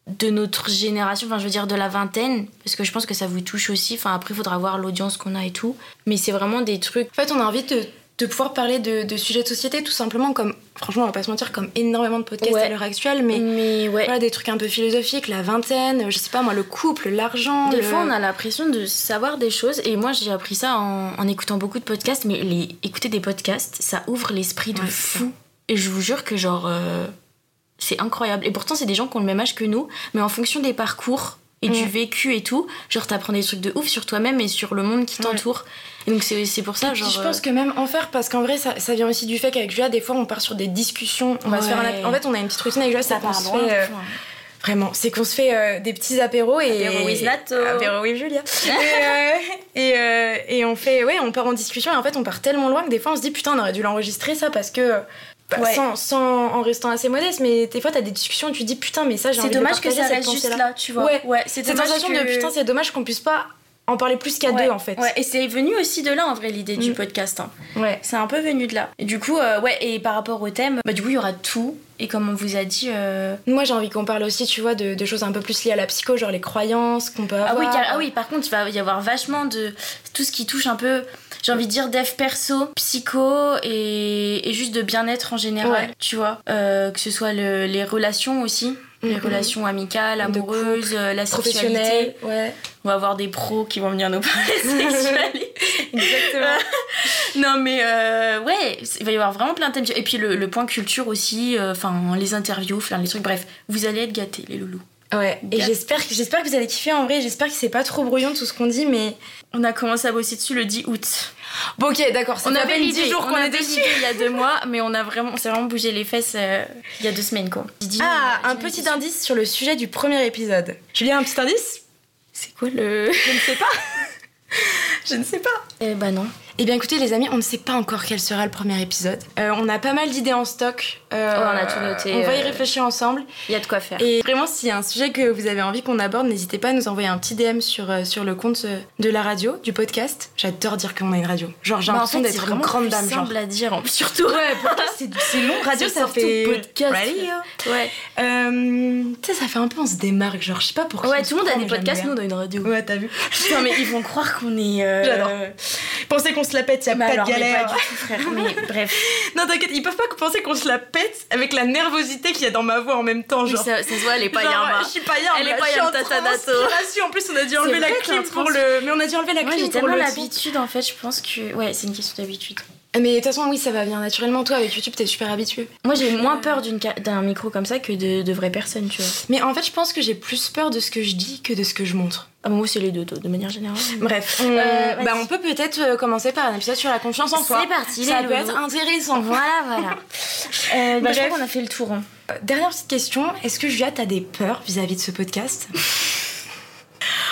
[SPEAKER 3] de notre génération, enfin, je veux dire de la vingtaine, parce que je pense que ça vous touche aussi. Enfin, après, il faudra voir l'audience qu'on a et tout. Mais c'est vraiment des trucs.
[SPEAKER 2] En fait, on a envie de, de pouvoir parler de, de sujets de société, tout simplement, comme, franchement, on va pas se mentir, comme énormément de podcasts
[SPEAKER 3] Ouais.
[SPEAKER 2] à l'heure actuelle, mais
[SPEAKER 3] Mais ouais.
[SPEAKER 2] Voilà, des trucs un peu philosophiques, la vingtaine, euh, je sais pas moi, le couple, l'argent.
[SPEAKER 3] Des
[SPEAKER 2] le-
[SPEAKER 3] fois, on a l'impression de savoir des choses. Et moi, j'ai appris ça en, en écoutant beaucoup de podcasts. Mais les, écouter des podcasts, ça ouvre l'esprit de
[SPEAKER 2] Ouais, c'est
[SPEAKER 3] fou. Et je vous jure que, genre, euh, c'est incroyable. Et pourtant, c'est des gens qui ont le même âge que nous. Mais en fonction des parcours et du
[SPEAKER 2] Mm.
[SPEAKER 3] vécu et tout, genre, t'apprends des trucs de ouf sur toi-même et sur le monde qui
[SPEAKER 2] Ouais.
[SPEAKER 3] t'entoure. Et donc, c'est c'est pour ça,
[SPEAKER 2] Puis
[SPEAKER 3] genre. euh,
[SPEAKER 2] je pense que même en faire, parce qu'en vrai, ça, ça vient aussi du fait qu'avec Julia, des fois, on part sur des discussions. On va se faire un
[SPEAKER 3] Ouais.
[SPEAKER 2] ap- En fait, on a une petite routine avec Julia,
[SPEAKER 3] ça
[SPEAKER 2] c'est qu'on
[SPEAKER 3] part
[SPEAKER 2] se
[SPEAKER 3] droit,
[SPEAKER 2] fait. euh,
[SPEAKER 3] des fois.
[SPEAKER 2] Vraiment, c'est qu'on se fait euh, des petits apéros et.
[SPEAKER 3] Apéro with Nato.
[SPEAKER 2] Apéro with Julia. et, euh, et, euh, et on fait. Ouais, on part en discussion et en fait, on part tellement loin que des fois, on se dit putain, on aurait dû l'enregistrer ça parce que. bah,
[SPEAKER 3] Ouais.
[SPEAKER 2] sans, sans- en restant assez modeste, mais des fois, t'as des discussions et tu te dis putain, mais ça, j'ai
[SPEAKER 3] C'est
[SPEAKER 2] envie de
[SPEAKER 3] dommage que
[SPEAKER 2] partager
[SPEAKER 3] ça
[SPEAKER 2] cette
[SPEAKER 3] reste juste
[SPEAKER 2] pensée-là.
[SPEAKER 3] là, tu vois.
[SPEAKER 2] Ouais.
[SPEAKER 3] c'est
[SPEAKER 2] Cette
[SPEAKER 3] dommage
[SPEAKER 2] sensation de
[SPEAKER 3] que-
[SPEAKER 2] putain, c'est dommage qu'on puisse pas en parler plus qu'à
[SPEAKER 3] Ouais,
[SPEAKER 2] deux en fait.
[SPEAKER 3] ouais. Et c'est venu aussi de là, en vrai, l'idée du
[SPEAKER 2] Mm.
[SPEAKER 3] podcast. hein.
[SPEAKER 2] Ouais.
[SPEAKER 3] C'est un peu venu de là. Et du coup, euh, ouais, et par rapport au thème, bah, du coup, il y aura tout. Et comme on vous a dit. euh,
[SPEAKER 2] Moi j'ai envie qu'on parle aussi, tu vois, de, de choses un peu plus liées à la psycho, genre les croyances qu'on peut
[SPEAKER 3] Ah,
[SPEAKER 2] avoir.
[SPEAKER 3] oui, car- ah oui, par contre, il va y avoir vachement de. Tout ce qui touche un peu, j'ai envie de dire, dev perso, psycho et, et juste de bien-être en général,
[SPEAKER 2] Ouais.
[SPEAKER 3] tu vois. Euh, que ce soit le- les relations aussi. Les
[SPEAKER 2] Mhm.
[SPEAKER 3] relations amicales,
[SPEAKER 2] De
[SPEAKER 3] amoureuses, euh, la
[SPEAKER 2] Professionnel,
[SPEAKER 3] sexualité.
[SPEAKER 2] ouais.
[SPEAKER 3] On va avoir des pros qui vont venir nous *laughs* parler de sexualité.
[SPEAKER 2] Exactement.
[SPEAKER 3] Non mais euh, ouais, c'est- il va y avoir vraiment plein de thèmes. Et puis le, le point culture aussi, euh, enfin les interviews, enfin les trucs, bref, vous allez être gâtés les loulous.
[SPEAKER 2] *laughs* ouais. Et
[SPEAKER 3] Gap.
[SPEAKER 2] j'espère que j'espère que vous allez kiffer en vrai. J'espère que c'est pas trop brouillon tout ce qu'on dit, mais
[SPEAKER 3] On a commencé à bosser dessus le 10 août.
[SPEAKER 2] bon ok, d'accord. ça
[SPEAKER 3] on
[SPEAKER 2] fait à
[SPEAKER 3] avait
[SPEAKER 2] peine
[SPEAKER 3] l'idée,
[SPEAKER 2] 10 jours
[SPEAKER 3] on
[SPEAKER 2] qu'on est
[SPEAKER 3] avait
[SPEAKER 2] dessus.
[SPEAKER 3] l'idée il y
[SPEAKER 2] *laughs*
[SPEAKER 3] a deux mois, mais on a vraiment, on s'est vraiment bougé les fesses euh, il y a deux semaines quoi. Didi,
[SPEAKER 2] Ah,
[SPEAKER 3] euh,
[SPEAKER 2] un
[SPEAKER 3] Didi,
[SPEAKER 2] petit
[SPEAKER 3] Didi.
[SPEAKER 2] indice sur le sujet du premier épisode. Julia, un petit indice
[SPEAKER 3] C'est quoi le
[SPEAKER 2] Je ne sais pas. Je ne sais pas.
[SPEAKER 3] Eh bah non.
[SPEAKER 2] Eh bien écoutez les amis, on ne sait pas encore quel sera le premier épisode. Euh, on a pas mal d'idées en stock. Euh,
[SPEAKER 3] Ouais, on a tout noté,
[SPEAKER 2] On va y
[SPEAKER 3] euh.
[SPEAKER 2] réfléchir ensemble.
[SPEAKER 3] Il y a de quoi faire.
[SPEAKER 2] Et vraiment, s'il y a un sujet que vous avez envie qu'on aborde, n'hésitez pas à nous envoyer un petit DM sur, euh, sur le compte euh, de la radio, du podcast. J'adore dire qu'on a une radio. Genre j'ai
[SPEAKER 3] Bah, en
[SPEAKER 2] l'impression
[SPEAKER 3] fait, c'est
[SPEAKER 2] d'être une
[SPEAKER 3] vraiment
[SPEAKER 2] grande
[SPEAKER 3] plus
[SPEAKER 2] dame. Genre.
[SPEAKER 3] simple à dire, en- surtout.
[SPEAKER 2] Ouais, podcast, c'est c'est long. Radio,
[SPEAKER 3] C'est
[SPEAKER 2] ça
[SPEAKER 3] surtout
[SPEAKER 2] fait
[SPEAKER 3] podcast.
[SPEAKER 2] Radio.
[SPEAKER 3] Ouais.
[SPEAKER 2] Euh, tu sais, ça fait un peu on se démarque. Genre je sais pas pourquoi.
[SPEAKER 3] Ouais, tout le monde a des podcasts, nous on a une radio.
[SPEAKER 2] Ouais, t'as vu.
[SPEAKER 3] Putain mais ils vont croire qu'on est. euh,
[SPEAKER 2] J'adore. Pensez qu'on se la pète, y a
[SPEAKER 3] mais
[SPEAKER 2] pas
[SPEAKER 3] alors,
[SPEAKER 2] de
[SPEAKER 3] mais
[SPEAKER 2] galère.
[SPEAKER 3] pas du tout, frère. Mais bref.
[SPEAKER 2] Non, t'inquiète, ils peuvent pas penser qu'on se la pète avec la nervosité qu'il y a dans ma voix en même temps,
[SPEAKER 3] Oui,
[SPEAKER 2] genre.
[SPEAKER 3] ça, ça se voit, elle est pas
[SPEAKER 2] Genre,
[SPEAKER 3] yamba.
[SPEAKER 2] je suis pas hier,
[SPEAKER 3] Elle est pas
[SPEAKER 2] je suis
[SPEAKER 3] yamba,
[SPEAKER 2] en
[SPEAKER 3] tata dato.
[SPEAKER 2] transpiration. En plus, on a dû enlever la
[SPEAKER 3] vrai, t'es
[SPEAKER 2] clim
[SPEAKER 3] en
[SPEAKER 2] pour le. Mais on a dû enlever la
[SPEAKER 3] Moi, j'ai
[SPEAKER 2] clim pour
[SPEAKER 3] tellement
[SPEAKER 2] le. son.
[SPEAKER 3] l'habitude, en fait, je pense que... Ouais, c'est une question d'habitude.
[SPEAKER 2] Mais de toute façon, oui, ça va bien naturellement. Toi, avec YouTube, t'es super habitué.
[SPEAKER 3] Moi, j'ai moins peur d'une ca- d'un micro comme ça que de, de vraies personnes, tu vois.
[SPEAKER 2] Mais en fait, je pense que j'ai plus peur de ce que je dis que de ce que je montre.
[SPEAKER 3] Ah, bon, moi, c'est les deux, de de manière générale.
[SPEAKER 2] Bref, on,
[SPEAKER 3] Euh, vas-y.
[SPEAKER 2] bah, on peut peut-être euh, commencer par un épisode sur la confiance en soi.
[SPEAKER 3] C'est parti,
[SPEAKER 2] Ça
[SPEAKER 3] les
[SPEAKER 2] peut
[SPEAKER 3] loulous.
[SPEAKER 2] être intéressant. *laughs*
[SPEAKER 3] Voilà, *laughs* voilà. Euh, bah,
[SPEAKER 2] Bref.
[SPEAKER 3] je crois qu'on a fait le tour. hein.
[SPEAKER 2] Euh, Dernière petite question. Est-ce que Julia, t'as des peurs vis-à-vis de ce podcast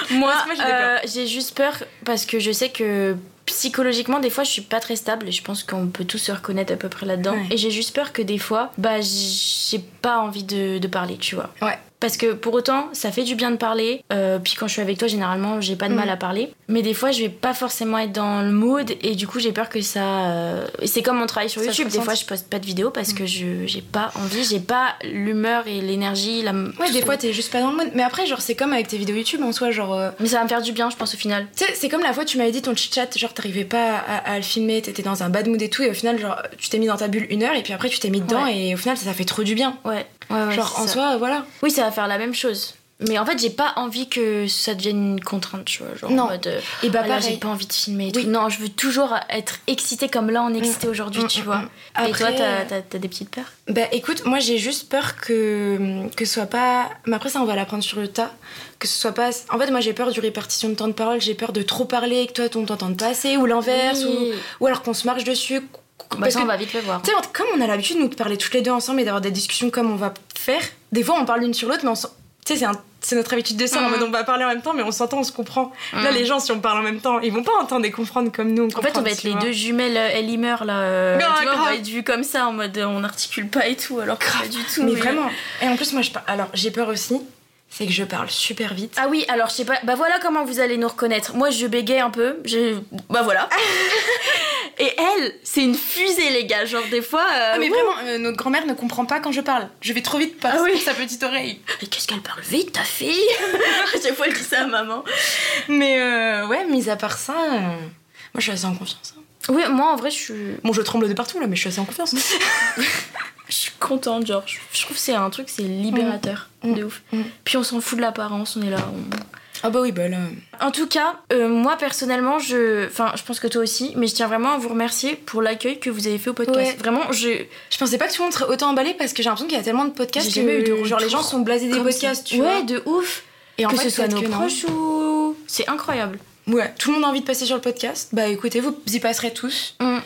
[SPEAKER 3] Moi,
[SPEAKER 2] Parce que moi, j'ai des
[SPEAKER 3] euh, j'ai juste peur parce que je sais que psychologiquement, des fois, je suis pas très stable et je pense qu'on peut tous se reconnaître à peu près là-dedans.
[SPEAKER 2] Ouais.
[SPEAKER 3] Et j'ai juste peur que des fois, bah, j'ai pas envie de, de parler, tu vois.
[SPEAKER 2] Ouais.
[SPEAKER 3] Parce que pour autant, ça fait du bien de parler. euh, puis quand je suis avec toi, généralement, j'ai pas de
[SPEAKER 2] Mm.
[SPEAKER 3] mal à parler. Mais des fois, je vais pas forcément être dans le mood et du coup, j'ai peur que ça. euh, et C'est comme mon travail sur
[SPEAKER 2] Ça se
[SPEAKER 3] YouTube. Des
[SPEAKER 2] ressente. Mm.
[SPEAKER 3] fois, je poste pas de vidéo parce que je j'ai pas envie, j'ai pas l'humeur et l'énergie. La...
[SPEAKER 2] Ouais, des fois, t'es juste pas dans le mood. Mais après, genre, c'est comme avec tes vidéos YouTube en soi, genre. euh,
[SPEAKER 3] Mais ça va me faire du bien, je pense, au final.
[SPEAKER 2] Tu sais, c'est comme la fois tu m'avais dit ton chit-chat, genre t'arrivais pas à, à le filmer, t'étais dans un bad mood et tout, et au final, genre tu t'es mis dans ta bulle une heure, et puis après tu t'es mis dedans,
[SPEAKER 3] Ouais.
[SPEAKER 2] et au final ça, ça fait trop du bien.
[SPEAKER 3] Ouais. ouais, ouais,
[SPEAKER 2] genre
[SPEAKER 3] c'est
[SPEAKER 2] en
[SPEAKER 3] ça.
[SPEAKER 2] soi, voilà.
[SPEAKER 3] Oui, ça va faire la même chose. Mais en fait, j'ai pas envie que ça devienne une contrainte, tu vois. Genre
[SPEAKER 2] Non.
[SPEAKER 3] en mode. euh,
[SPEAKER 2] Et bah
[SPEAKER 3] ah là, j'ai
[SPEAKER 2] pareil.
[SPEAKER 3] pas envie de filmer et
[SPEAKER 2] Oui.
[SPEAKER 3] tout. Non, je veux toujours être excitée comme là on est excité aujourd'hui,
[SPEAKER 2] Mm,
[SPEAKER 3] tu
[SPEAKER 2] mm,
[SPEAKER 3] vois.
[SPEAKER 2] mm.
[SPEAKER 3] Et toi, t'as- t'as t'as des petites peurs
[SPEAKER 2] Bah écoute, moi j'ai juste peur que, que ce soit pas. Mais après ça, on va l'apprendre sur le tas. Que ce soit pas. En fait, moi j'ai peur du répartition de temps de parole, j'ai peur de trop parler et que toi ton t'entende pas assez, ou l'inverse,
[SPEAKER 3] Oui.
[SPEAKER 2] ou, ou alors qu'on se marche dessus.
[SPEAKER 3] Bah,
[SPEAKER 2] Parce
[SPEAKER 3] ça,
[SPEAKER 2] que
[SPEAKER 3] on va vite le voir.
[SPEAKER 2] Tu sais, comme on a l'habitude, nous, de parler toutes les deux ensemble et d'avoir des discussions comme on va faire, des fois, on parle l'une sur l'autre, mais on s'en- Tu sais, c'est, un- c'est notre habitude de ça, en
[SPEAKER 3] Mhm.
[SPEAKER 2] mode on va parler en même temps, mais on s'entend, on se comprend. Là,
[SPEAKER 3] Mhm.
[SPEAKER 2] les gens, si on parle en même temps, ils vont pas entendre et comprendre comme nous.
[SPEAKER 3] En fait, on va
[SPEAKER 2] hein.
[SPEAKER 3] être les deux jumelles euh, Ellie meurt là. euh,
[SPEAKER 2] Non,
[SPEAKER 3] tu vois, on
[SPEAKER 2] grave.
[SPEAKER 3] va être vues comme ça en mode euh, on articule pas et tout, alors que pas du tout.
[SPEAKER 2] Mais vraiment. Et en plus, moi, je parle. Alors, j'ai peur aussi, c'est que je parle super vite.
[SPEAKER 3] Ah oui, alors je sais pas. Bah voilà comment vous allez nous reconnaître. Moi je bégaye un peu. Je... Bah
[SPEAKER 2] *laughs*
[SPEAKER 3] voilà. Et elle, c'est une fusée les gars. Genre des fois. euh,
[SPEAKER 2] Ah, mais
[SPEAKER 3] ouh.
[SPEAKER 2] vraiment, euh, notre grand-mère ne comprend pas quand je parle. Je vais trop vite par
[SPEAKER 3] Ah oui.
[SPEAKER 2] *laughs* sa petite oreille.
[SPEAKER 3] Mais qu'est-ce qu'elle parle vite ta *laughs* fille À chaque fois elle dit ça à maman.
[SPEAKER 2] Mais euh, ouais, mis à part ça, euh, moi, je suis assez en confiance. hein.
[SPEAKER 3] Oui, moi en vrai je suis,
[SPEAKER 2] Bon, je tremble de partout là, mais je suis assez en confiance.
[SPEAKER 3] je suis contente. Genre je je trouve que c'est un truc, c'est libérateur.
[SPEAKER 2] Mm.
[SPEAKER 3] De ouf.
[SPEAKER 2] Mm.
[SPEAKER 3] Puis on s'en fout de l'apparence, on est là. on-
[SPEAKER 2] ah bah oui, bah là.
[SPEAKER 3] En tout cas, euh, moi personnellement, je, enfin, je pense que toi aussi, mais je tiens vraiment à vous remercier pour l'accueil que vous avez fait au podcast.
[SPEAKER 2] Ouais.
[SPEAKER 3] Vraiment, je,
[SPEAKER 2] Je pensais pas que tout le monde serait autant emballé parce que j'ai l'impression qu'il y a tellement de podcasts
[SPEAKER 3] J'ai
[SPEAKER 2] que
[SPEAKER 3] jamais eu de
[SPEAKER 2] genre les
[SPEAKER 3] retour
[SPEAKER 2] gens sont blasés des
[SPEAKER 3] Comme
[SPEAKER 2] podcasts,
[SPEAKER 3] ça.
[SPEAKER 2] tu
[SPEAKER 3] ouais,
[SPEAKER 2] vois.
[SPEAKER 3] de ouf.
[SPEAKER 2] Et en
[SPEAKER 3] que
[SPEAKER 2] fait,
[SPEAKER 3] ce soit
[SPEAKER 2] peut-être
[SPEAKER 3] nos
[SPEAKER 2] que non.
[SPEAKER 3] proches ou. C'est incroyable.
[SPEAKER 2] Ouais, tout le monde a envie de passer sur le podcast. Bah écoutez, vous y passerez tous.
[SPEAKER 3] Mm.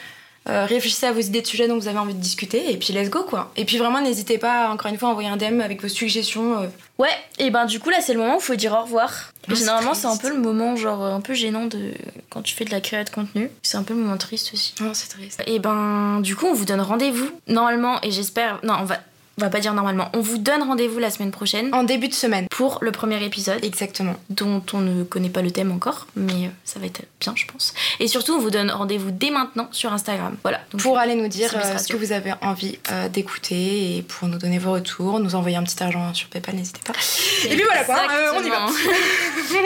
[SPEAKER 2] Euh, réfléchissez à vos idées de sujets dont vous avez envie de discuter et puis let's go quoi. Et puis vraiment, n'hésitez pas encore une fois à envoyer un DM avec vos suggestions. euh.
[SPEAKER 3] Ouais, et ben du coup là c'est le moment où faut dire au revoir.
[SPEAKER 2] Ah,
[SPEAKER 3] Généralement
[SPEAKER 2] c'est
[SPEAKER 3] c'est un peu
[SPEAKER 2] triste.
[SPEAKER 3] le moment genre un peu gênant de quand tu fais de la création de contenu. C'est un peu le moment triste aussi.
[SPEAKER 2] Non, c'est triste.
[SPEAKER 3] Et ben du coup on vous donne rendez-vous normalement et j'espère non on va on va pas dire normalement on vous donne rendez-vous la semaine prochaine
[SPEAKER 2] En début de semaine.
[SPEAKER 3] pour le premier épisode
[SPEAKER 2] Exactement.
[SPEAKER 3] dont on ne connaît pas le thème encore mais euh, ça va être bien je pense et surtout on vous donne rendez-vous dès maintenant sur Instagram voilà Donc,
[SPEAKER 2] Pour aller nous dire
[SPEAKER 3] Service
[SPEAKER 2] euh, ce
[SPEAKER 3] radio.
[SPEAKER 2] que vous avez envie euh, d'écouter et pour nous donner vos retours, nous envoyer un petit argent sur PayPal, n'hésitez pas.
[SPEAKER 3] Et
[SPEAKER 2] puis voilà, quoi, euh, on y va.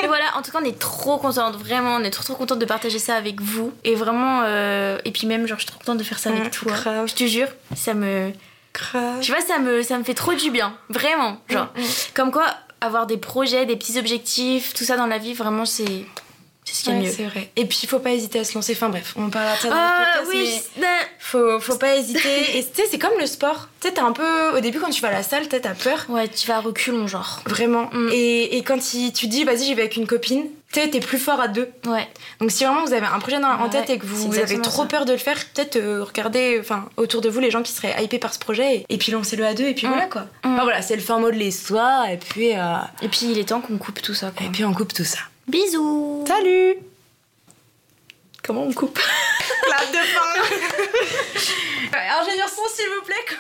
[SPEAKER 3] *laughs* Et voilà, en tout cas, on est trop contente, vraiment, on est trop trop contente de partager ça avec vous. Et vraiment, euh, et puis même, genre, je suis trop contente de faire ça avec
[SPEAKER 2] Mm,
[SPEAKER 3] toi.
[SPEAKER 2] grave.
[SPEAKER 3] Je te jure, ça me.
[SPEAKER 2] Grave. Mm,
[SPEAKER 3] Tu vois, ça me, ça me fait trop du bien, vraiment. Genre, comme quoi, avoir des projets, des petits objectifs, tout ça dans la vie, vraiment, c'est. C'est ce qu'il y a de
[SPEAKER 2] Ouais,
[SPEAKER 3] mieux.
[SPEAKER 2] c'est vrai. Et puis, il faut pas hésiter à se lancer. Enfin bref, on parlera de ça dans
[SPEAKER 3] Ah
[SPEAKER 2] le podcast, mais-
[SPEAKER 3] oui, je-
[SPEAKER 2] Faut, faut pas hésiter. *laughs* Et tu sais, c'est comme le sport. Tu sais, t'as un peu. Au début, quand tu vas à la salle, tu sais, t'as peur.
[SPEAKER 3] ouais, tu vas à reculons, genre.
[SPEAKER 2] Vraiment.
[SPEAKER 3] Mm.
[SPEAKER 2] Et, et quand il- tu dis, vas-y, j'y vais avec une copine, tu sais, t'es plus fort à deux.
[SPEAKER 3] Ouais.
[SPEAKER 2] Donc, si vraiment vous avez un projet dans- en
[SPEAKER 3] Ouais,
[SPEAKER 2] tête et que
[SPEAKER 3] c'est
[SPEAKER 2] vous, vous avez
[SPEAKER 3] exactement
[SPEAKER 2] trop
[SPEAKER 3] ça.
[SPEAKER 2] peur de le faire, peut-être euh, regardez enfin, autour de vous les gens qui seraient hypés par ce projet et, et puis lancez-le à deux et puis
[SPEAKER 3] Mm.
[SPEAKER 2] voilà quoi.
[SPEAKER 3] Mm.
[SPEAKER 2] Enfin, voilà, c'est le fin mot de l'histoire et puis. euh,
[SPEAKER 3] Et puis, il est temps qu'on coupe tout ça, quoi.
[SPEAKER 2] et puis, on coupe tout ça.
[SPEAKER 3] Bisous
[SPEAKER 2] Salut
[SPEAKER 3] Comment on coupe
[SPEAKER 2] Clap de fin Euh, Ingénieur son, s'il vous plaît,